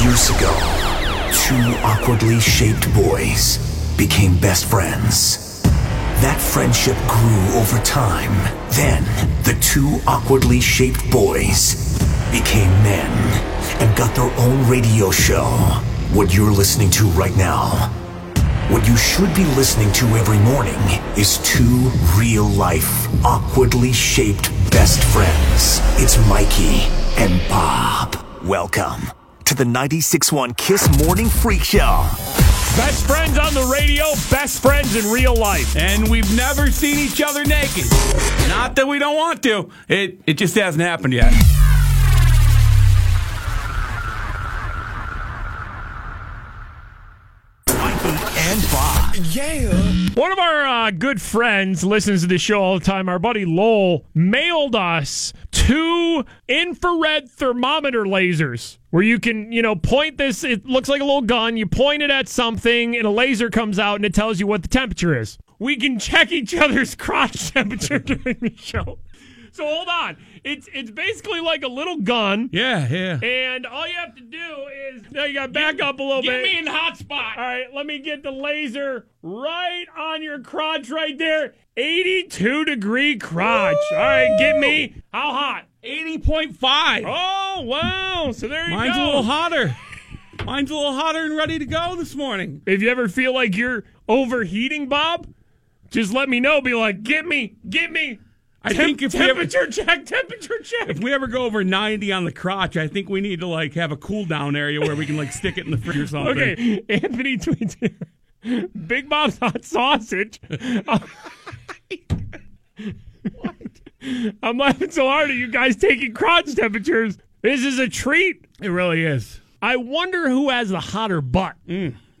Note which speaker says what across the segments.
Speaker 1: years ago, two awkwardly shaped boys became best friends. That friendship grew over time. Then, the two awkwardly shaped boys became men and got their own radio show. What you're listening to right now what you should be listening to every morning is two real life, awkwardly shaped best friends. It's Mikey and Bob. Welcome to the 96.1 Kiss Morning Freak Show.
Speaker 2: Best friends on the radio, best friends in real life.
Speaker 3: And we've never seen each other naked. Not that we don't want to. It it just hasn't happened yet.
Speaker 1: And Bob.
Speaker 2: One of our uh, good friends listens to the show all the time. Our buddy Lowell mailed us two infrared thermometer lasers where you can, you know, point this. It looks like a little gun. You point it at something, and a laser comes out and it tells you what the temperature is. We can check each other's crotch temperature during the show. So hold on. It's it's basically like a little gun.
Speaker 3: Yeah, yeah.
Speaker 2: And all you have to do is now you got to back up a little bit.
Speaker 3: in hot spot.
Speaker 2: All right, let me get the laser right on your crotch right there. 82 degree crotch. All right, get me. How hot?
Speaker 3: 80.5.
Speaker 2: Oh, wow. So there you
Speaker 3: Mine's
Speaker 2: go.
Speaker 3: a little hotter. Mine's a little hotter and ready to go this morning.
Speaker 2: If you ever feel like you're overheating, Bob, just let me know. Be like, get me, get me.
Speaker 3: I
Speaker 2: Tem-
Speaker 3: think if we, ever,
Speaker 2: temperature check, temperature check.
Speaker 3: if we ever go over 90 on the crotch, I think we need to like have a cool down area where we can like stick it in the fridge or something.
Speaker 2: Okay, Anthony tweets here. Big Bob's hot sausage. I'm laughing so hard at you guys taking crotch temperatures. This is a treat.
Speaker 3: It really is.
Speaker 2: I wonder who has the hotter butt.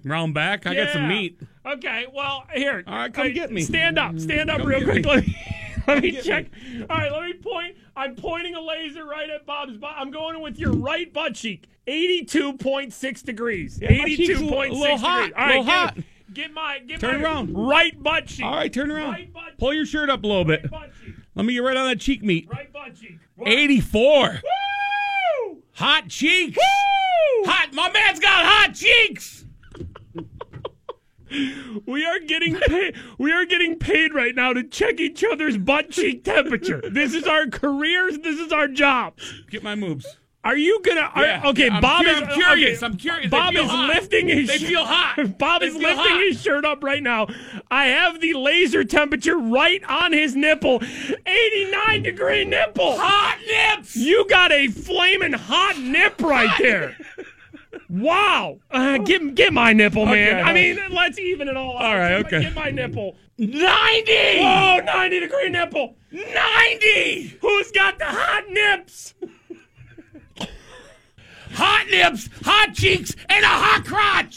Speaker 3: Round back. I got some
Speaker 2: Yeah.
Speaker 3: meat.
Speaker 2: Okay, well, here.
Speaker 3: All right, come
Speaker 2: Hey,
Speaker 3: get me.
Speaker 2: Stand up. Stand up real
Speaker 3: get
Speaker 2: quick.
Speaker 3: me.
Speaker 2: Let me, let me check. All right, let me point. I'm pointing a laser right at Bob's butt. I'm going with your right butt cheek. 82.6 degrees.
Speaker 3: my cheek's a
Speaker 2: 82.6
Speaker 3: little- a little
Speaker 2: degrees.
Speaker 3: hot,
Speaker 2: All right,
Speaker 3: little hot.
Speaker 2: Get, get my get
Speaker 3: Turn
Speaker 2: my
Speaker 3: around.
Speaker 2: right butt cheek.
Speaker 3: All right, turn around.
Speaker 2: Right butt,
Speaker 3: Pull your shirt up a little bit.
Speaker 2: right butt cheek.
Speaker 3: Let me get right on that cheek meat.
Speaker 2: Right butt cheek. One.
Speaker 3: 84.
Speaker 2: Woo!
Speaker 3: Hot cheeks.
Speaker 2: Woo!
Speaker 3: Hot. My man's got hot cheeks.
Speaker 2: We are getting paid. we are getting paid right now to check each other's butt cheek temperature. This is our careers. This is our job.
Speaker 3: Get my moves.
Speaker 2: Are you gonna? Are,
Speaker 3: Yeah,
Speaker 2: okay,
Speaker 3: I'm
Speaker 2: Bob
Speaker 3: cu-
Speaker 2: is.
Speaker 3: I'm curious.
Speaker 2: okay,
Speaker 3: I'm curious. They
Speaker 2: Bob
Speaker 3: feel
Speaker 2: is
Speaker 3: hot.
Speaker 2: lifting his.
Speaker 3: They
Speaker 2: shirt-
Speaker 3: feel hot.
Speaker 2: Bob
Speaker 3: They
Speaker 2: is
Speaker 3: feel
Speaker 2: lifting
Speaker 3: hot.
Speaker 2: his shirt up right now. I have the laser temperature right on his nipple, 89 degree nipple.
Speaker 3: Hot nips.
Speaker 2: You got a flaming hot nip right there. Wow. Uh, get, get my nipple, man.
Speaker 3: Okay.
Speaker 2: I mean, let's even it all out.
Speaker 3: All right,
Speaker 2: Get my-
Speaker 3: okay.
Speaker 2: Get my nipple.
Speaker 3: 90.
Speaker 2: Oh, 90 degree nipple.
Speaker 3: 90.
Speaker 2: Who's got the hot nips?
Speaker 3: Hot nips. Hot cheeks. And a hot crotch.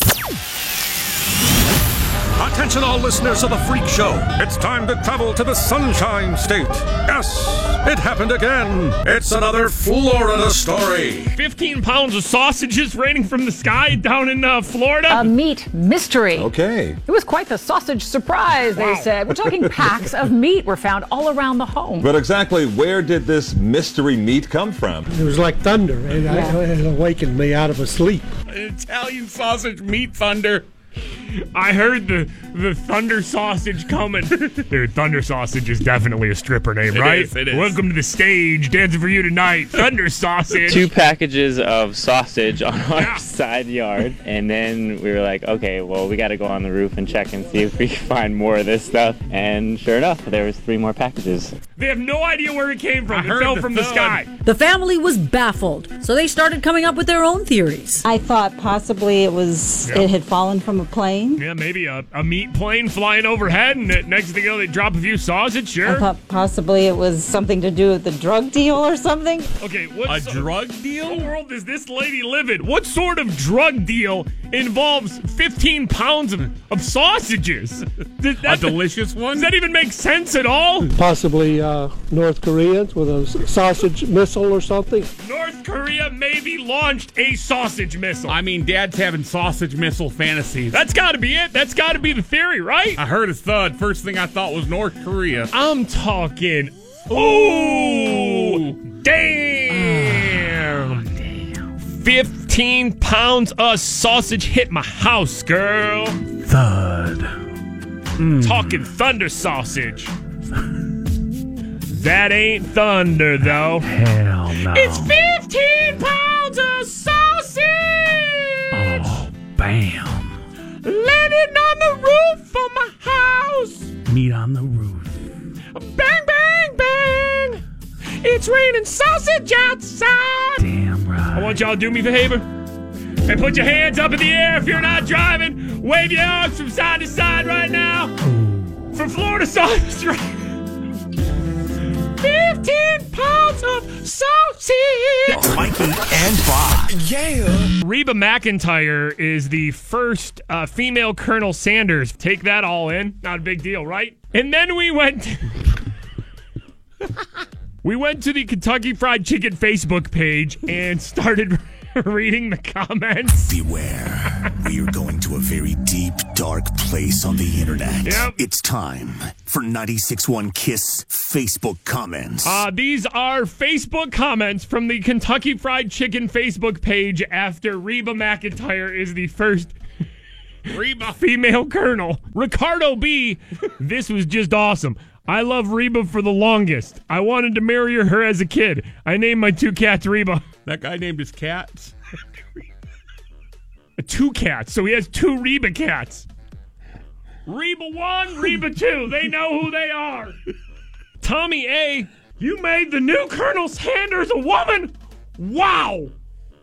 Speaker 4: Attention, all listeners of the Freak Show. It's time to travel to the Sunshine State. Yes, it happened again. It's another Florida story.
Speaker 2: 15 pounds of sausages raining from the sky down in uh, Florida.
Speaker 5: Um,
Speaker 6: a meat mystery.
Speaker 4: Okay.
Speaker 6: It was quite the sausage surprise, they said. We're talking packs of meat were found all around the home.
Speaker 7: But exactly where did this mystery meat come from?
Speaker 8: It was like thunder, and I, it awakened me out of a sleep.
Speaker 3: An Italian sausage meat thunder.
Speaker 2: I heard the the thunder sausage coming. Dude, thunder sausage is definitely a stripper name,
Speaker 3: It
Speaker 2: right?
Speaker 3: is, it is.
Speaker 2: Welcome to the stage, dancing for you tonight, thunder sausage.
Speaker 9: two packages of sausage on our side yard and then we were like okay well we got to go on the roof and check and see if we can find more of this stuff and sure enough there was three more packages
Speaker 2: They have no idea where it came from.
Speaker 3: I
Speaker 2: it
Speaker 3: heard
Speaker 2: fell
Speaker 3: the
Speaker 2: from the
Speaker 3: thud.
Speaker 2: sky.
Speaker 10: The family was baffled, so they started coming up with their own theories.
Speaker 11: I thought possibly it was
Speaker 2: Yeah.
Speaker 11: it had fallen from a plane.
Speaker 2: Yeah, maybe a, a meat plane flying overhead, and it, next thing you know, they drop a few sausage.
Speaker 11: I
Speaker 2: Sure.
Speaker 11: thought possibly it was something to do with the drug deal or something.
Speaker 2: Okay, what
Speaker 3: A
Speaker 2: so-
Speaker 3: drug
Speaker 2: what
Speaker 3: deal?
Speaker 2: world does this lady live in? What sort of drug deal involves 15 pounds of, of sausages? Does
Speaker 3: A
Speaker 2: that,
Speaker 3: delicious
Speaker 2: does
Speaker 3: one?
Speaker 2: that even make sense at all?
Speaker 8: Possibly uh, North Koreans with a sausage missile or something.
Speaker 2: North Korea maybe launched a sausage missile.
Speaker 3: I mean, Dad's having sausage missile fantasies.
Speaker 2: That's got to be it. That's got to be the theory, right?
Speaker 3: I heard a thud. First thing I thought was North Korea.
Speaker 2: I'm talking. Ooh, damn. 15 pounds of sausage hit my house, girl. Hmm.
Speaker 3: Thud.
Speaker 2: Talking thunder sausage. that ain't thunder, though.
Speaker 3: Hell no.
Speaker 2: It's 15 pounds of sausage!
Speaker 3: Oh, bam.
Speaker 2: Landing on the roof of my house!
Speaker 3: Meat on the roof.
Speaker 2: Bang, bang, bang! It's raining sausage outside!
Speaker 3: Damn
Speaker 2: I
Speaker 3: right.
Speaker 2: want y'all to do me a favor and put your hands up in the air if you're not driving. Wave your arms from side to side right now. From Florida sausage. Drive. 15 pounds of sausage.
Speaker 1: Mikey and Bob.
Speaker 2: Reba McIntyre is the first uh, female Colonel Sanders. Take that all in. Not a big deal, right? And then we went. we went to the Kentucky Fried Chicken Facebook page and started reading the comments.
Speaker 1: Beware. We are going to a very deep, dark place on the internet.
Speaker 2: Yep.
Speaker 1: It's time for 96.1 Kiss Facebook comments.
Speaker 2: Uh, these are Facebook comments from the Kentucky Fried Chicken Facebook page after Reba McIntyre is the first Reba female colonel. Ricardo B, this was just awesome. I love Reba for the longest. I wanted to marry her as a kid. I named my two cats Reba.
Speaker 3: That guy named his cats.
Speaker 2: Two cats, so he has two Reba cats. Reba 1, Reba 2. They know who they are. Tommy A, you made the new Colonel Sanders a woman. Wow.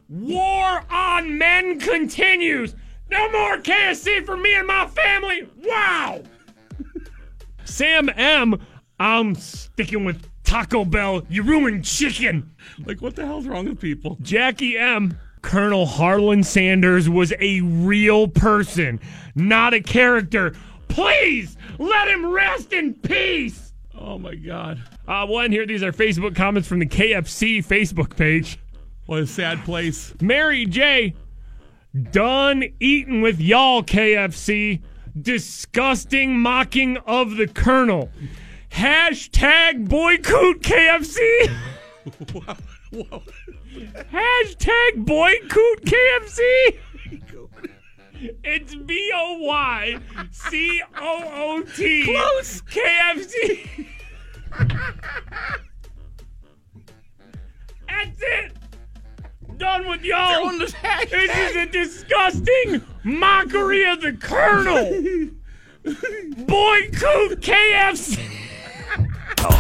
Speaker 2: War on men continues. No more KSC for me and my family. Wow. Sam M, I'm sticking with Taco Bell. You ruined chicken.
Speaker 3: Like, what the hell's wrong with people?
Speaker 2: Jackie M. Colonel Harlan Sanders was a real person, not a character. Please let him rest in peace.
Speaker 3: Oh my god.
Speaker 2: Uh, one here, these are Facebook comments from the KFC Facebook page.
Speaker 3: What a sad place.
Speaker 2: Mary J. Done eating with y'all, KFC. Disgusting mocking of the Colonel. Hashtag boycott KFC. Hashtag boycott KFC. It's B O Y C O O T. Close. KFC. That's it. Done with y'all. This is a disgusting mockery of the Colonel. Boycott KFC.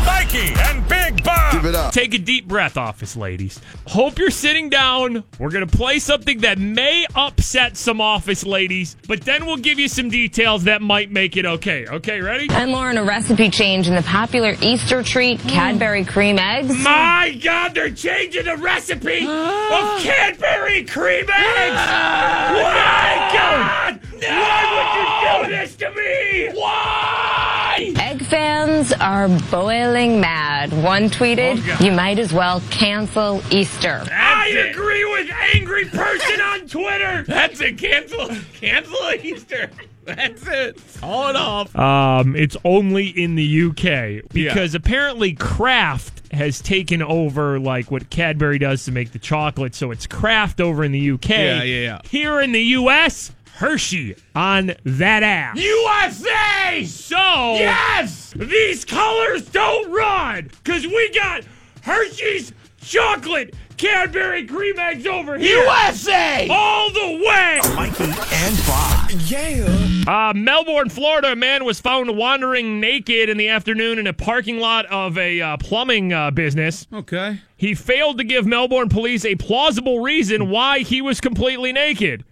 Speaker 4: Mikey and Big Bob. Give it up.
Speaker 2: Take a deep breath, office ladies. Hope you're sitting down. We're going to play something that may upset some office ladies, but then we'll give you some details that might make it okay. Okay, ready?
Speaker 12: And Lauren, a recipe change in the popular Easter treat, Cadbury cream eggs.
Speaker 2: My God, they're changing the recipe
Speaker 3: Ah.
Speaker 2: of Cadbury cream eggs!
Speaker 3: Ah.
Speaker 2: My God! Why would you do this to me? Why?
Speaker 12: Egg fans are boiling mad. One tweeted, you might as well cancel Easter.
Speaker 2: I agree with angry person on Twitter.
Speaker 3: That's it. Cancel. Cancel Easter. That's it. Call it off.
Speaker 2: Um, it's only in the UK because apparently Kraft has taken over like what Cadbury does to make the chocolate. So it's Kraft over in the UK.
Speaker 3: Yeah, yeah, yeah.
Speaker 2: Here in the US, Hershey on that ass.
Speaker 3: USA.
Speaker 2: So yes, these colors don't run because we got Hershey's chocolate Cadbury cream eggs over here.
Speaker 3: USA.
Speaker 2: All the way!
Speaker 1: Mikey and Bob.
Speaker 2: Uh, Melbourne, Florida, a man was found wandering naked in the afternoon in a parking lot of a uh, plumbing uh, business.
Speaker 3: Okay.
Speaker 2: He failed to give Melbourne police a plausible reason why he was completely naked.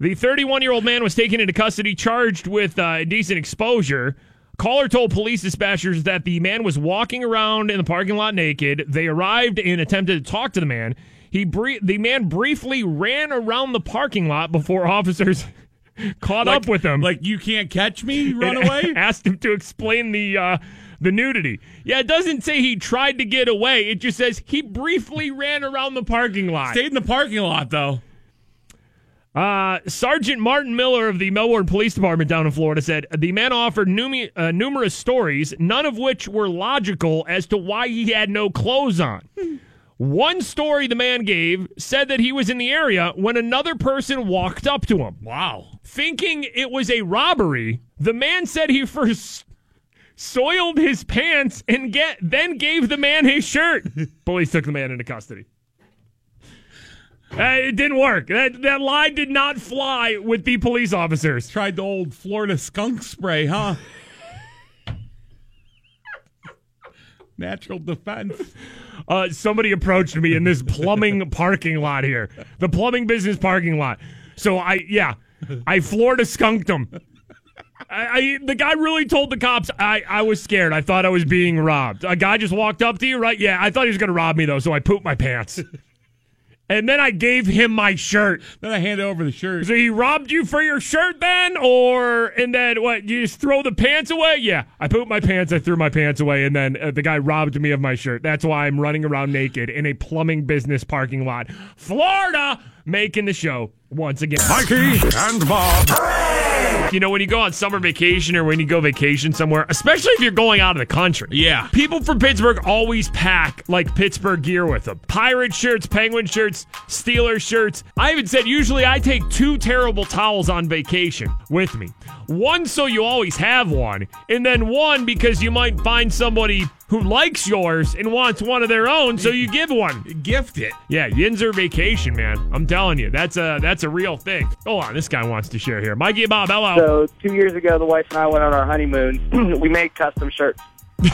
Speaker 2: The 31 year old man was taken into custody, charged with uh, indecent exposure. Caller told police dispatchers that the man was walking around in the parking lot naked. They arrived and attempted to talk to the man. He brie- the man briefly ran around the parking lot before officers caught up with him.
Speaker 3: Like you can't catch me. Run
Speaker 2: and
Speaker 3: away.
Speaker 2: asked him to explain the uh, the nudity. Yeah, it doesn't say he tried to get away. It just says he briefly ran around the parking lot.
Speaker 3: Stayed in the parking lot though.
Speaker 2: Uh, Sergeant Martin Miller of the Melbourne Police Department down in Florida said the man offered numi- uh, numerous stories, none of which were logical as to why he had no clothes on. One story the man gave said that he was in the area when another person walked up to him. Wow. Thinking it was a robbery, the man said he first soiled his pants and get then gave the man his shirt. Police took the man into custody. Uh, it didn't work. That that lie did not fly with the police officers.
Speaker 1: Tried the old Florida skunk spray, huh? Natural defense.
Speaker 2: Uh, somebody approached me in this plumbing parking lot here, the plumbing business parking lot. So I, yeah, I Florida skunked him. I, I the guy really told the cops I, I was scared. I thought I was being robbed. A guy just walked up to you, right? Yeah, I thought he was going to rob me though, so I pooped my pants. And then I gave him my shirt.
Speaker 1: Then I handed over the shirt.
Speaker 2: So he robbed you for your shirt then? Or, and then what? You just throw the pants away? Yeah. I pooped my pants. I threw my pants away. And then uh, the guy robbed me of my shirt. That's why I'm running around naked in a plumbing business parking lot. Florida making the show once again.
Speaker 4: Mikey and Bob.
Speaker 2: You know, when you go on summer vacation or when you go vacation somewhere, especially if you're going out of the country.
Speaker 1: Yeah.
Speaker 2: People from Pittsburgh always pack like Pittsburgh gear with them. Pirate shirts, penguin shirts, Steelers shirts. I even said usually I take two terrible towels on vacation with me. One so you always have one, and then one because you might find somebody who likes yours and wants one of their own, so you give one.
Speaker 1: Gift it.
Speaker 2: Yeah, Yinzer vacation, man. I'm telling you, that's a that's a real thing. Hold on, this guy wants to share here. Mikey and Bob, hello.
Speaker 13: So two years ago, the wife and I went on our honeymoon. we made custom shirts.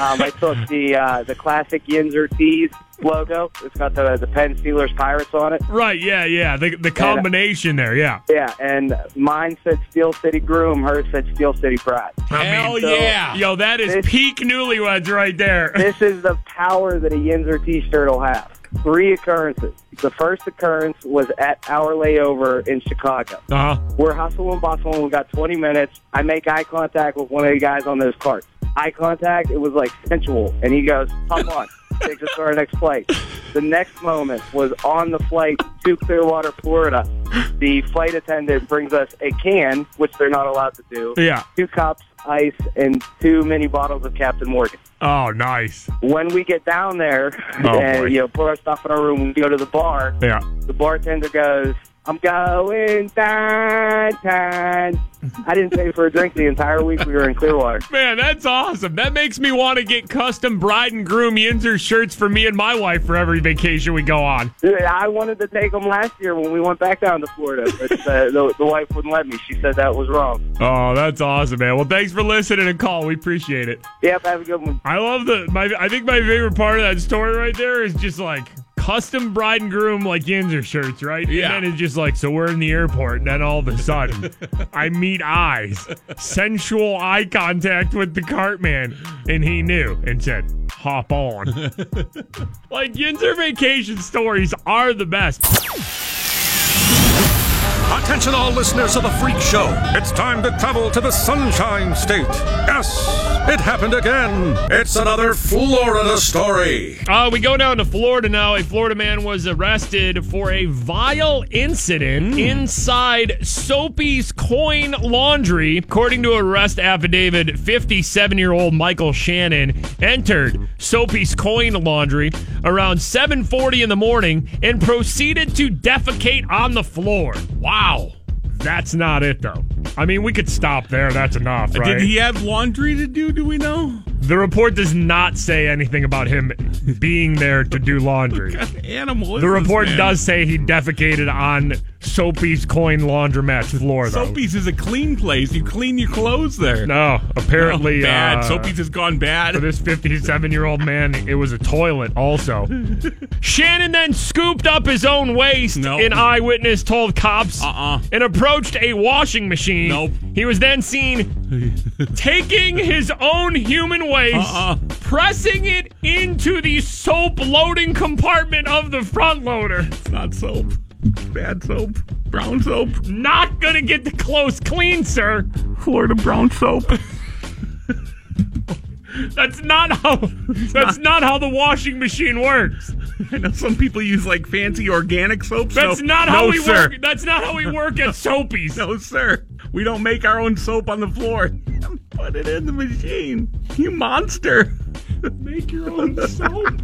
Speaker 13: Um, I took the uh, the classic Yinzer tees logo. It's got the the Penn Steelers Pirates on it.
Speaker 2: Right, yeah, yeah. The the combination there, yeah.
Speaker 13: Yeah, and mine said Steel City Groom. Hers said Steel City Pride.
Speaker 1: Hell
Speaker 13: so-
Speaker 1: yeah.
Speaker 2: Yo, that is
Speaker 13: This-
Speaker 2: peak newlyweds right there.
Speaker 13: this is the power that a Yinzer T-shirt will have. Three occurrences. The first occurrence was at our layover in Chicago.
Speaker 2: Uh huh.
Speaker 13: We're hustling, bustling. We got 20 minutes. I make eye contact with one of the guys on those carts. Eye contact. It was like sensual, and he goes, "Hop on." Takes us to our next flight. The next moment was on the flight to Clearwater, Florida. The flight attendant brings us a can, which they're not allowed to do,
Speaker 2: Yeah.
Speaker 13: two cups, ice, and two mini bottles of Captain Morgan
Speaker 2: Oh, nice.
Speaker 13: when we get down there
Speaker 2: Oh,
Speaker 13: and
Speaker 2: boy.
Speaker 13: you know put our stuff in our room, we go to the bar.
Speaker 2: Yeah.
Speaker 13: The bartender goes, "I'm going downtown." I didn't pay for a drink the entire week we were in Clearwater.
Speaker 2: Man, that's awesome. That makes me want to get custom bride and groom Yinzer shirts for me and my wife for every vacation we go on.
Speaker 13: Dude, I wanted to take them last year when we went back down to Florida, but uh, the, the wife wouldn't let me. She said that was wrong.
Speaker 2: Oh, that's awesome, man. Well, thanks for listening and call. We appreciate it.
Speaker 13: Yep, have a good one.
Speaker 2: I love the my. I think my favorite part of that story right there is just like custom bride and groom like Yinzer shirts, right?
Speaker 1: Yeah.
Speaker 2: And then it's just like so we're in the airport, and then all of a sudden I meet eyes, sensual eye contact with the cart man, and he knew and said, "Hop on." like Yinzer vacation stories are the best.
Speaker 4: Attention, all listeners of the Freak Show. It's time to travel to the Sunshine State. Yes, it happened again. It's another Florida story.
Speaker 2: Uh, we go down to Florida now. A Florida man was arrested for a vile
Speaker 1: Hmm.
Speaker 2: incident inside Soapy's Coin Laundry. According to arrest affidavit, 57 year old Michael Shannon entered Soapy's Coin Laundry around 7.40 in the morning and proceeded to defecate on the floor. Wow. That's not it, though. I mean, we could stop there. That's enough, right?
Speaker 1: Did he have laundry to do? Do we know?
Speaker 2: The report does not say anything about him being there to do laundry.
Speaker 1: Animal. is
Speaker 2: The
Speaker 1: this
Speaker 2: report
Speaker 1: man?
Speaker 2: does say he defecated on Soapy's coin laundromat's floor, though.
Speaker 1: Soapy's is a clean place. You clean your clothes there.
Speaker 2: No, apparently,
Speaker 1: Oh, bad.
Speaker 2: uh,
Speaker 1: Soapy's has gone bad.
Speaker 2: for this 57-year-old man, it was a toilet. Also, Shannon then scooped up his own waste.
Speaker 1: No.
Speaker 2: An eyewitness told cops
Speaker 1: Uh-uh.
Speaker 2: and approached a washing machine.
Speaker 1: Nope.
Speaker 2: He was then seen taking his own human waste.
Speaker 1: Uh-uh.
Speaker 2: Pressing it into the soap loading compartment of the front loader.
Speaker 1: It's not soap. Bad soap. Brown soap.
Speaker 2: Not gonna get the clothes clean, sir.
Speaker 1: Florida brown soap.
Speaker 2: That's not how. That's not how the washing machine works.
Speaker 1: I know some people use like fancy organic soap.
Speaker 2: That's
Speaker 1: so-
Speaker 2: not how
Speaker 1: No,
Speaker 2: we
Speaker 1: sir.
Speaker 2: work. That's not how we work at Soapies.
Speaker 1: No, sir. We don't make our own soap on the floor. Put it in the machine. You monster.
Speaker 2: Make your own soap.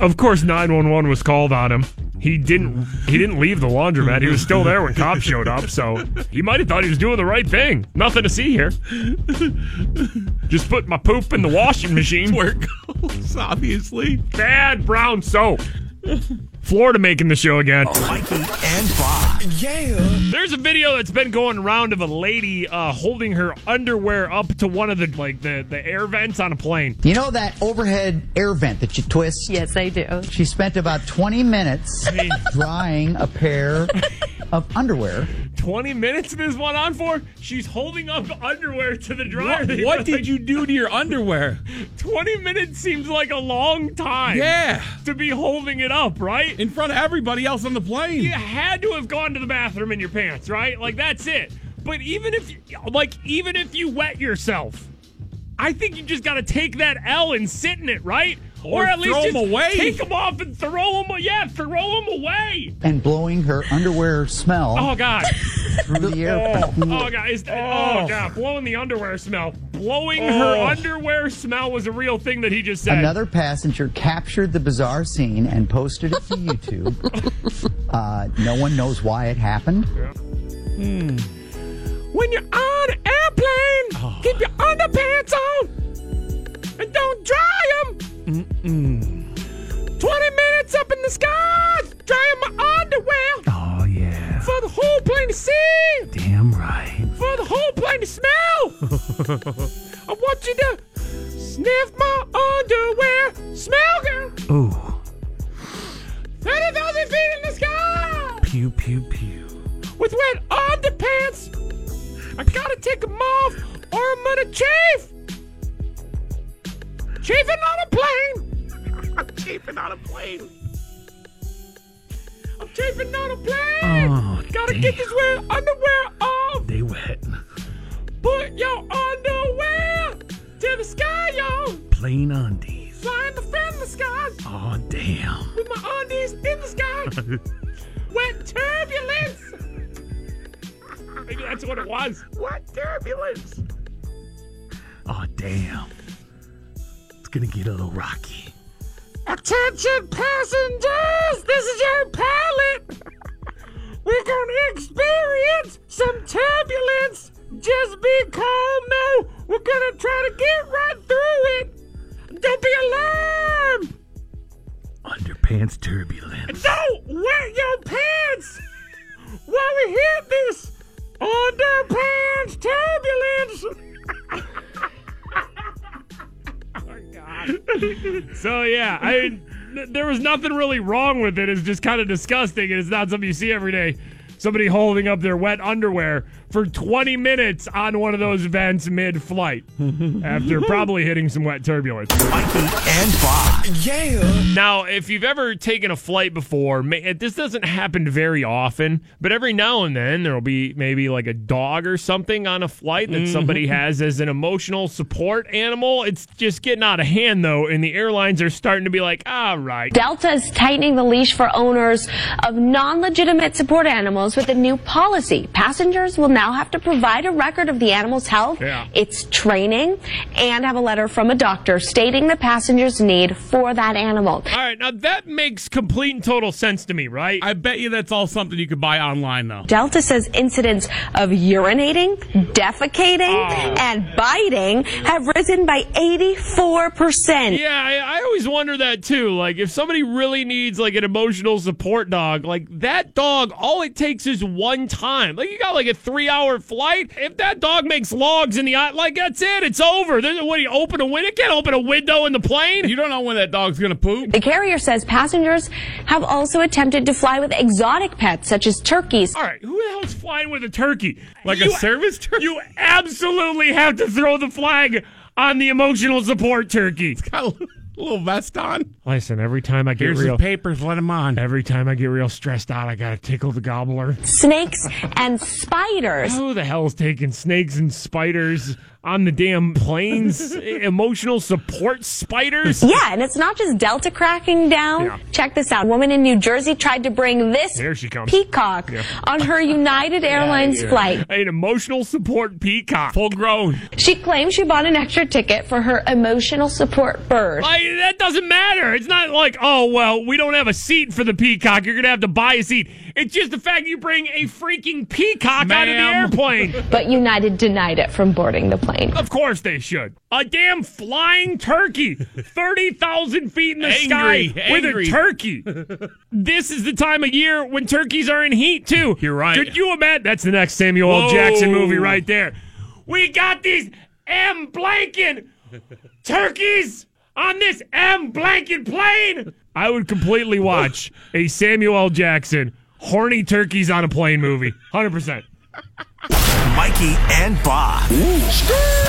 Speaker 2: Of course, nine one one was called on him. He didn't. He didn't leave the laundromat. He was still there when cops showed up. So he might have thought he was doing the right thing. Nothing to see here. Just put my poop in the washing machine. Where it goes, obviously. Bad brown soap. Florida making the show again.
Speaker 1: And Bob. Yeah.
Speaker 2: There's a video that's been going around of a lady uh, holding her underwear up to one of the like the, the air vents on a plane.
Speaker 14: You know that overhead air vent that you twist?
Speaker 12: Yes, I do.
Speaker 14: She spent about 20 minutes drying a pair of underwear.
Speaker 2: 20 minutes this one on for? She's holding up underwear to the dryer.
Speaker 3: What- what did
Speaker 2: you do to your underwear? 20 minutes seems like a long time.
Speaker 3: Yeah.
Speaker 2: To be holding it up, right? In front of everybody else on the plane. You had to have gone to the bathroom in your pants, right? Like that's it. But even if you, like even if you wet yourself, I think you just got to take that L and sit in it, right?
Speaker 14: Or
Speaker 2: at least
Speaker 14: throw 'em
Speaker 2: just
Speaker 14: away.
Speaker 2: take them off and throw them. Yeah, throw them away.
Speaker 14: and blowing her underwear smell
Speaker 2: Oh God!
Speaker 14: through the air.
Speaker 2: Oh, oh God! Is that, oh. God! Blowing the underwear smell. Blowing
Speaker 14: Oh.
Speaker 2: her underwear smell was a real thing that he just said.
Speaker 14: Another passenger captured the bizarre scene and posted it to YouTube. uh, no one knows why it happened.
Speaker 2: When you're on an airplane, keep your underpants on and don't dry them. 20 minutes up in the sky, drying my underwear. Oh, yeah. For the whole plane to see. Damn right. For the whole plane to smell. I want you to sniff my underwear. Smell, girl.
Speaker 4: Ooh,
Speaker 2: 30,000 feet in the sky
Speaker 4: pew, pew, pew.
Speaker 2: with wet underpants. I gotta take them off or I'm gonna chafe. Chafing on a plane. I'm chafing on a plane. I'm chafing on a plane.
Speaker 4: Oh,
Speaker 2: gotta get this wet underwear off.
Speaker 4: They wet.
Speaker 2: Put your underwear to the sky, y'all.
Speaker 4: Plain undies.
Speaker 2: Flying the fan in the sky
Speaker 4: Oh, damn.
Speaker 2: with my undies in the sky. Wet turbulence. Maybe that's what it was. What turbulence?
Speaker 4: Oh, damn. It's gonna get a little rocky.
Speaker 2: Attention passengers, this is your pilot. We're going to experience some turbulence. Just be calm now. We're going to try to get right through it. Don't be alarmed.
Speaker 4: Underpants turbulent.
Speaker 2: And Don't wet your pants while we hit this underpants turbulence. so yeah, I th- there was nothing really wrong with it. It's just kind of disgusting, and it's not something you see every day. Somebody holding up their wet underwear for 20 minutes on one of those vents mid-flight after probably hitting some wet turbulence.
Speaker 1: And Bob. Yeah.
Speaker 2: Now, if you've ever taken a flight before, ma- it- this doesn't happen very often, but every now and then there'll be maybe like a dog or something on a flight that somebody
Speaker 5: Mhm.
Speaker 2: has as an emotional support animal. It's just getting out of hand though, and the airlines are starting to be like, "All right,
Speaker 5: Delta is tightening the leash for owners of non-legitimate support animals with a new policy. Passengers will now have to provide a record of the animal's health,
Speaker 15: Yeah.
Speaker 5: its training, and have a letter from a doctor stating the passenger's need for that animal.
Speaker 2: All right, now that makes complete and total sense to me, right?
Speaker 3: I bet you that's all something you could buy online, though.
Speaker 5: Delta says incidents of urinating, defecating, and biting have risen by 84%.
Speaker 2: Yeah, I, I always wonder that too. Like, if somebody really needs like an emotional support dog, like that dog, all it takes is one time. Like, you got like a three-hour flight. If that dog makes logs in the eye, like that's it. It's over. There's what do you open a window? Can't open a window in the plane. You don't know when that dog's gonna poop.
Speaker 5: The carrier says passengers have also attempted to fly with exotic pets such as turkeys.
Speaker 2: All right, who the hell's flying with a turkey?
Speaker 3: Like a
Speaker 2: service turkey? You absolutely have to throw the flag on the emotional support turkey. It's
Speaker 3: got a little vest on.
Speaker 2: Listen, every time I get
Speaker 3: Here's his
Speaker 2: real
Speaker 3: papers. Let him on.
Speaker 2: Every time I get real stressed out, I gotta tickle the gobbler.
Speaker 5: Snakes and spiders.
Speaker 2: Who the hell's taking snakes and spiders on the damn planes? Emotional support spiders?
Speaker 5: Yeah, and it's not just Delta cracking down.
Speaker 2: Yeah.
Speaker 5: Check this out. Woman in New Jersey tried to bring this
Speaker 2: Here she comes.
Speaker 5: peacock
Speaker 2: Yeah.
Speaker 5: on her United Airlines flight.
Speaker 2: An emotional support peacock. Full grown.
Speaker 5: She claims she bought an extra ticket for her emotional support bird.
Speaker 2: Like, that doesn't matter. It's not like, oh, well, we don't have a seat for the peacock. You're going to have to buy a seat. It's just the fact you bring a freaking peacock out of the airplane.
Speaker 5: But United denied it from boarding the plane.
Speaker 2: Of course they should. A damn flying turkey, 30,000 feet in the
Speaker 3: Angry,
Speaker 2: sky
Speaker 3: angry.
Speaker 2: with a turkey. this is the time of year when turkeys are in heat, too. You're right. Could you imagine? That's the next Samuel L. Jackson
Speaker 3: Whoa.
Speaker 2: movie right there. We got these M blanking turkeys on this M blanket plane. I would completely watch a Samuel L. Jackson horny turkeys on a plane movie. 100%.
Speaker 1: Mikey and Bob.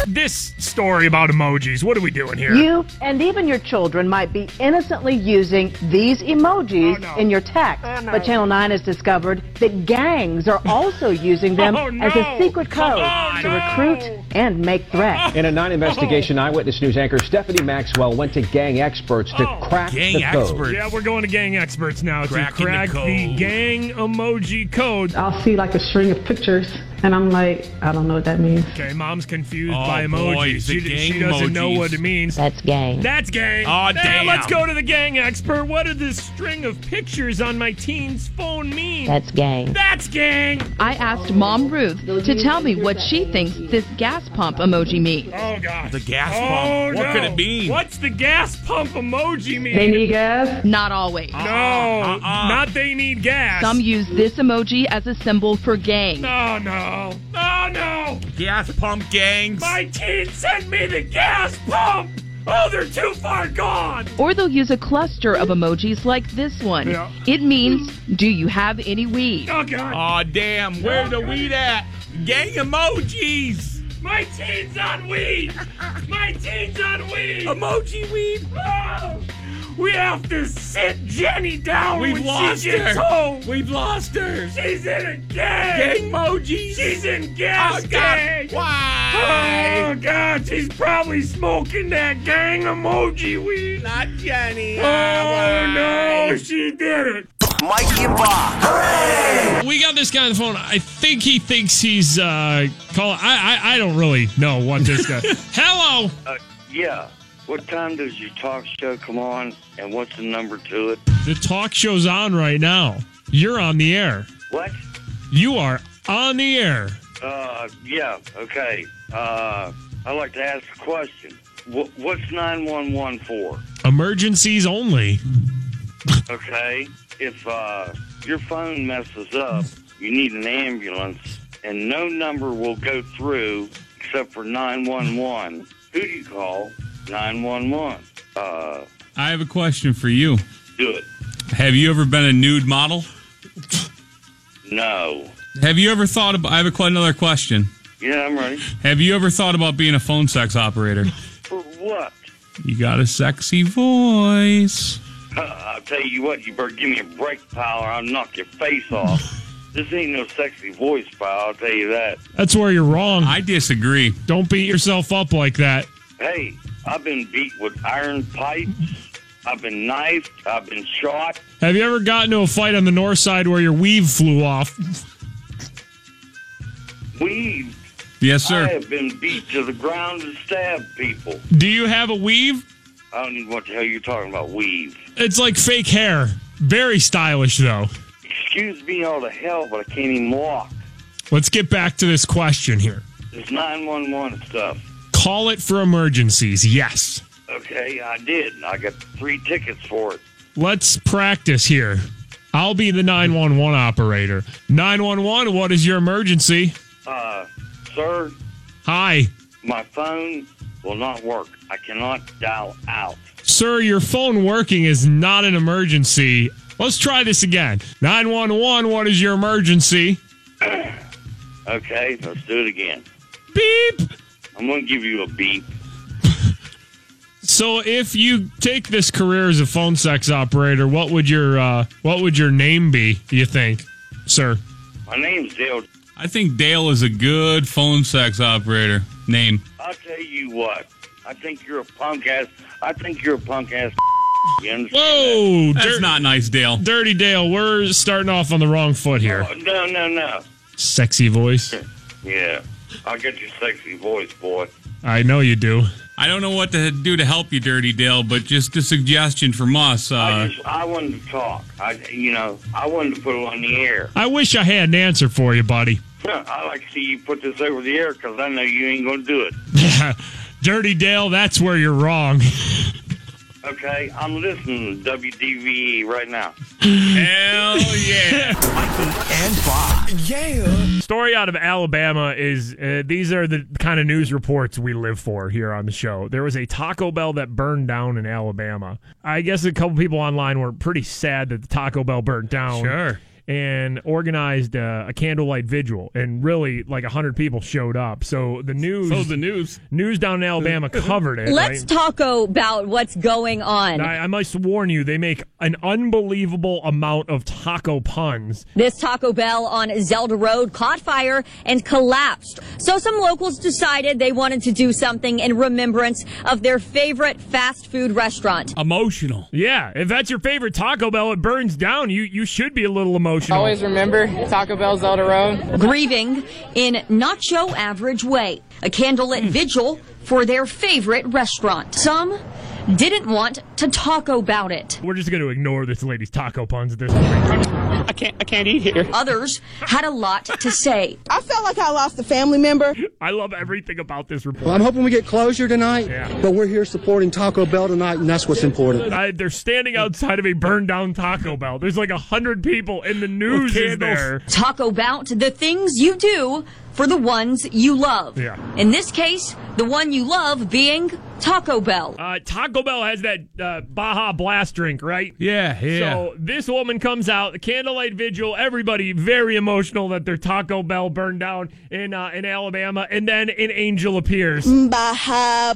Speaker 2: This story about emojis. What are we doing here?
Speaker 15: You and even your children might be innocently using these emojis
Speaker 2: Oh,
Speaker 15: in your text. But Channel 9 has discovered that gangs are also using them
Speaker 16: Oh,
Speaker 15: as a
Speaker 16: no.
Speaker 15: secret code to recruit and make threats.
Speaker 16: In a non investigation, Eyewitness News anchor Stephanie Maxwell went to gang experts to crack the code.
Speaker 2: Yeah, we're going to gang experts now
Speaker 16: Cracking
Speaker 2: to
Speaker 16: the
Speaker 2: crack the,
Speaker 16: code.
Speaker 2: gang emoji code.
Speaker 17: I'll see like a string of pictures, and I'm like, I don't know what that means.
Speaker 2: Okay, mom's confused
Speaker 17: Oh,
Speaker 2: by emojis.
Speaker 17: boy, the
Speaker 2: she, she
Speaker 17: gang
Speaker 2: doesn't know
Speaker 17: emojis.
Speaker 2: what it means.
Speaker 11: That's gang.
Speaker 2: That's gang.
Speaker 11: Aw,
Speaker 2: Now
Speaker 11: damn.
Speaker 2: Let's go to the gang expert. What did this string of pictures on my teen's phone mean?
Speaker 11: That's gang.
Speaker 2: That's gang.
Speaker 18: I asked Mom Ruth to tell me what she thinks this gas pump emoji means.
Speaker 2: Oh gosh.
Speaker 3: The gas
Speaker 2: oh,
Speaker 3: pump. What
Speaker 2: no.
Speaker 3: could it be?
Speaker 2: What's the gas pump emoji mean?
Speaker 18: gas? Not always.
Speaker 2: No, not they need gas.
Speaker 18: Some use this emoji as a symbol for gang.
Speaker 2: No, no. Oh no!
Speaker 3: Gas pump gangs.
Speaker 2: My teen sent me the gas pump! Oh, they're too far gone!
Speaker 18: Or they'll use a cluster of emojis like this one.
Speaker 3: Yeah.
Speaker 18: It means, do you have any weed?
Speaker 2: Oh, God.
Speaker 3: Aw, damn. Where the weed at? Gang emojis.
Speaker 2: My teen's on weed! My teen's on weed!
Speaker 3: Emoji weed.
Speaker 2: Oh, we have to sit Jenny down
Speaker 3: We've
Speaker 2: when
Speaker 3: lost
Speaker 2: she gets
Speaker 3: her.
Speaker 2: home!
Speaker 3: We've lost her.
Speaker 2: She's in a gang!
Speaker 3: Gang emojis.
Speaker 2: She's in gas
Speaker 3: Oh, God.
Speaker 2: gang!
Speaker 3: Why?
Speaker 2: Oh, God, she's probably smoking that gang emoji weed!
Speaker 3: Not Jenny.
Speaker 2: Oh, no, she did it!
Speaker 1: Mikey and Bob.
Speaker 2: We got this guy on the phone. I think he thinks he's uh calling. I, I I don't really know what this guy. Hello.
Speaker 13: Uh, yeah. What time does your talk show come on, and what's the number to it?
Speaker 2: The talk show's on right now. You're on the air.
Speaker 13: What?
Speaker 2: You are on the air.
Speaker 13: Uh, yeah. Okay. Uh, I'd like to ask a question. Wh- what's nine one one for?
Speaker 2: Emergencies only.
Speaker 13: Okay. If uh, your phone messes up, you need an ambulance, and no number will go through except for nine one one. Who do you call? Nine one one. Uh,
Speaker 3: I have a question for you.
Speaker 13: do it.
Speaker 3: Have you ever been a nude model?
Speaker 13: No.
Speaker 3: Have you ever thought about? I have a, qu- another question.
Speaker 13: Yeah, I'm ready.
Speaker 3: Have you ever thought about being a phone sex operator?
Speaker 13: For what?
Speaker 3: You got a sexy voice.
Speaker 13: Uh, I'll tell you what, you better give me a break, pal, or I'll knock your face off. this ain't no sexy voice, pal, I'll tell you that.
Speaker 2: That's where you're wrong.
Speaker 3: I disagree.
Speaker 2: Don't beat yourself up like that.
Speaker 13: Hey, I've been beat with iron pipes, I've been knifed, I've been shot.
Speaker 2: Have you ever gotten to a fight on the north side where your weave flew off?
Speaker 13: Weaved.
Speaker 3: Yes, sir.
Speaker 13: I have been beat to the ground and stabbed people.
Speaker 2: Do you have a weave?
Speaker 13: I don't even know what the hell you're talking about, weave.
Speaker 2: It's like fake hair. Very stylish though.
Speaker 13: Excuse me all the hell, but I can't even walk.
Speaker 2: Let's get back to this question here.
Speaker 13: This 911 stuff.
Speaker 2: Call it for emergencies. Yes.
Speaker 13: Okay, I did. I got three tickets for it.
Speaker 2: Let's practice here. I'll be the 911 operator. 911, what is your emergency?
Speaker 13: Uh, sir,
Speaker 2: Hi.
Speaker 13: My phone will not work. I cannot dial out.
Speaker 2: Sir, your phone working is not an emergency. Let's try this again. 911, what is your emergency?
Speaker 13: Okay, let's do it again.
Speaker 2: Beep.
Speaker 13: I'm going to give you a beep.
Speaker 2: So if you take this career as a phone sex operator, what would your uh, what would your name be, you think, sir?
Speaker 13: My name's Dale.
Speaker 3: I think Dale is a good phone sex operator.
Speaker 19: Name.
Speaker 13: I tell you what, I think you're a punk ass. I think you're a punk ass. You understand?
Speaker 2: Whoa,
Speaker 19: That's not nice, Dale.
Speaker 2: Dirty Dale, we're starting off on the wrong foot here.
Speaker 13: Oh, No, no, no.
Speaker 2: Sexy voice.
Speaker 13: Yeah, I got your sexy voice, boy.
Speaker 2: I know you do.
Speaker 19: I don't know what to do to help you, Dirty Dale, but just a suggestion from us.
Speaker 13: I
Speaker 19: Uh,
Speaker 13: just, I wanted to talk. I, you know, I wanted to put it on the air.
Speaker 2: I wish I had an answer for you, buddy.
Speaker 13: Huh, I like to see you put this over the air because I know you ain't gonna do it.
Speaker 2: Dirty Dale, that's where you're wrong.
Speaker 13: Okay, I'm listening to WDVE E right now.
Speaker 19: Hell yeah!
Speaker 1: And Bob. Yeah.
Speaker 2: Story out of Alabama is uh, these are the kind of news reports we live for here on the show. There was a Taco Bell that burned down in Alabama. I guess a couple people online were pretty sad that the Taco Bell burnt down.
Speaker 19: Sure.
Speaker 2: And organized uh, a candlelight vigil, and really like hundred people showed up. So the news,
Speaker 19: So the news,
Speaker 2: news down in Alabama covered it.
Speaker 10: Let's
Speaker 2: right?
Speaker 10: talk about what's going on.
Speaker 2: I, I must warn you, they make an unbelievable amount of taco puns.
Speaker 10: This Taco Bell on Zelda Road caught fire and collapsed. So some locals decided they wanted to do something in remembrance of their favorite fast food restaurant.
Speaker 19: emotional.
Speaker 2: Yeah, if that's your favorite Taco Bell, it burns down. You you should be a little emotional.
Speaker 20: Always remember Taco Bell Zelda Road.
Speaker 10: Grieving in not so average way. A candlelit vigil for their favorite restaurant. Some didn't want to talk about it.
Speaker 2: We're just going to ignore this lady's taco puns at this point.
Speaker 20: I can't. I can't eat here.
Speaker 10: Others had a lot to say.
Speaker 21: I felt like I lost a family member.
Speaker 2: I love everything about this report.
Speaker 8: Well, I'm hoping we get closure tonight, but we're here supporting Taco Bell tonight, and that's what's important.
Speaker 2: I, they're standing outside of a burned down Taco Bell. There's like a hundred people, and the news is there.
Speaker 10: Talk about the things you do for the ones you love.
Speaker 2: Yeah.
Speaker 10: In this case, the one you love being Taco Bell.
Speaker 2: Uh, Taco Bell has that uh, Baja Blast drink, right?
Speaker 19: Yeah, yeah.
Speaker 2: So this woman comes out, the candlelight vigil. Everybody very emotional that their Taco Bell burned down in uh, in Alabama, and then an angel appears.
Speaker 21: Baja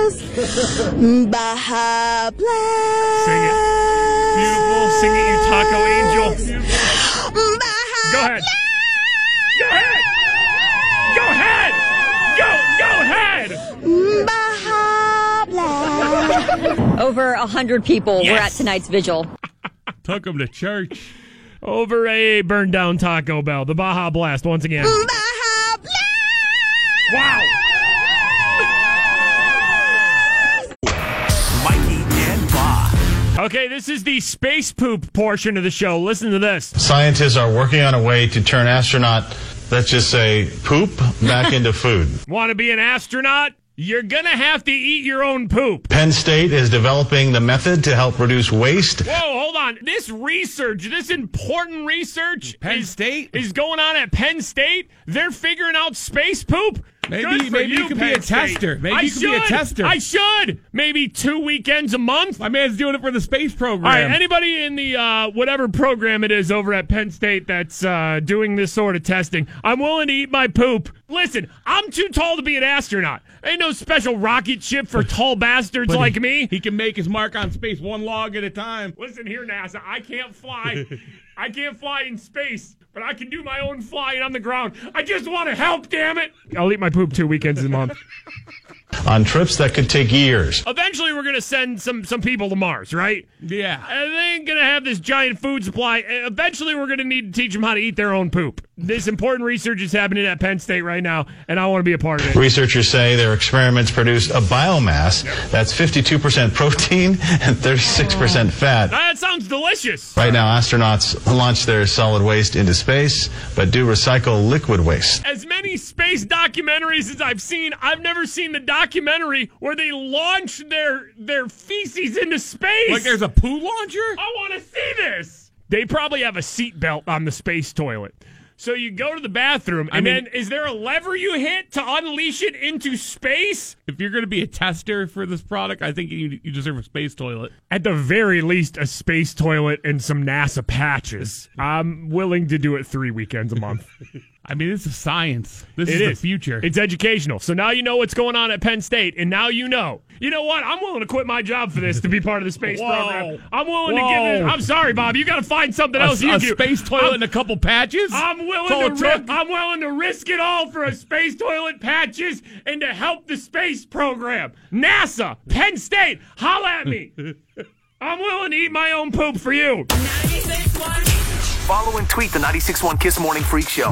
Speaker 21: Blast. Baja Blast.
Speaker 2: Sing it. Beautiful. Sing it, you taco angel. Go ahead. Go ahead. Go ahead. Go, go ahead.
Speaker 21: Baja Blast.
Speaker 10: Over a hundred people were at
Speaker 19: Yes.
Speaker 10: tonight's vigil.
Speaker 19: Took him to church.
Speaker 2: Over a burned down Taco Bell. The Baja Blast once again.
Speaker 21: Baja Blast.
Speaker 2: Wow.
Speaker 1: Mikey and Bob.
Speaker 2: Okay, this is the space poop portion of the show. Listen to this.
Speaker 22: Scientists are working on a way to turn astronaut, let's just say, poop back into food.
Speaker 2: Want to be an astronaut? You're going to have to eat your own poop.
Speaker 22: Penn State is developing the method to help reduce waste.
Speaker 2: Whoa, hold on. This research, this important research Penn is, State is going on at Penn State. They're figuring out space poop.
Speaker 3: Maybe-
Speaker 2: Good for
Speaker 3: maybe you could be
Speaker 2: Penn
Speaker 3: a tester.
Speaker 2: State.
Speaker 3: Maybe
Speaker 2: I
Speaker 3: you could be a
Speaker 2: should.
Speaker 3: tester.
Speaker 2: I should. Maybe two weekends a month.
Speaker 3: My man's doing it for the space program.
Speaker 2: All right, anybody in the uh, whatever program it is over at Penn State that's uh, doing this sort of testing, I'm willing to eat my poop. Listen, I'm too tall to be an astronaut. Ain't no special rocket ship for tall bastards like me.
Speaker 3: He can make his mark on space one log at a time.
Speaker 2: Listen here, NASA. I can't fly. I can't fly in space, but I can do my own flying on the ground. I just want to help, damn it. I'll eat my poop two weekends a month.
Speaker 22: On trips that could take years.
Speaker 2: Eventually, we're going to send some, some people to Mars, right?
Speaker 3: Yeah.
Speaker 2: And they ain't going to have this giant food supply. E- Eventually, we're going to need to teach them how to eat their own poop. This important research is happening at Penn State right now, and I want to be a part of it.
Speaker 22: Researchers say their experiments produced a biomass that's 52% protein and 36% fat.
Speaker 2: That sounds delicious.
Speaker 22: Right now, astronauts launch their solid waste into space, but do recycle liquid waste.
Speaker 2: As many space documentaries as I've seen, I've never seen the documentary where they launch their their feces into space.
Speaker 3: Like there's a poo launcher?
Speaker 2: I want to see this. They probably have a seatbelt on the space toilet. So you go to the bathroom, and
Speaker 3: I mean-
Speaker 2: then is there a lever you hit to unleash it into space?
Speaker 3: If you're going to be a tester for this product, I think you, you deserve a space toilet.
Speaker 2: At the very least, a space toilet and some NASA patches. I'm willing to do it three weekends a month.
Speaker 3: I mean, this is science. This
Speaker 2: It
Speaker 3: is the
Speaker 2: is.
Speaker 3: future.
Speaker 2: It's educational. So now you know what's going on at Penn State, and now you know. You know what? I'm willing to quit my job for this to be part of the space
Speaker 3: Whoa.
Speaker 2: program. I'm willing to
Speaker 3: Whoa.
Speaker 2: give it. I'm sorry, Bob. You got to find something
Speaker 3: A-
Speaker 2: else. you
Speaker 3: a
Speaker 2: do.
Speaker 3: space toilet and a couple patches?
Speaker 2: I'm
Speaker 3: That's all
Speaker 2: willing
Speaker 3: it
Speaker 2: to. Ri-
Speaker 3: took?
Speaker 2: I'm willing to risk it all for a space toilet patches and to help the space program. NASA, Penn State, holla at me. I'm willing to eat my own poop for you.
Speaker 6: Follow and tweet the 96.1 Kiss Morning Freak Show.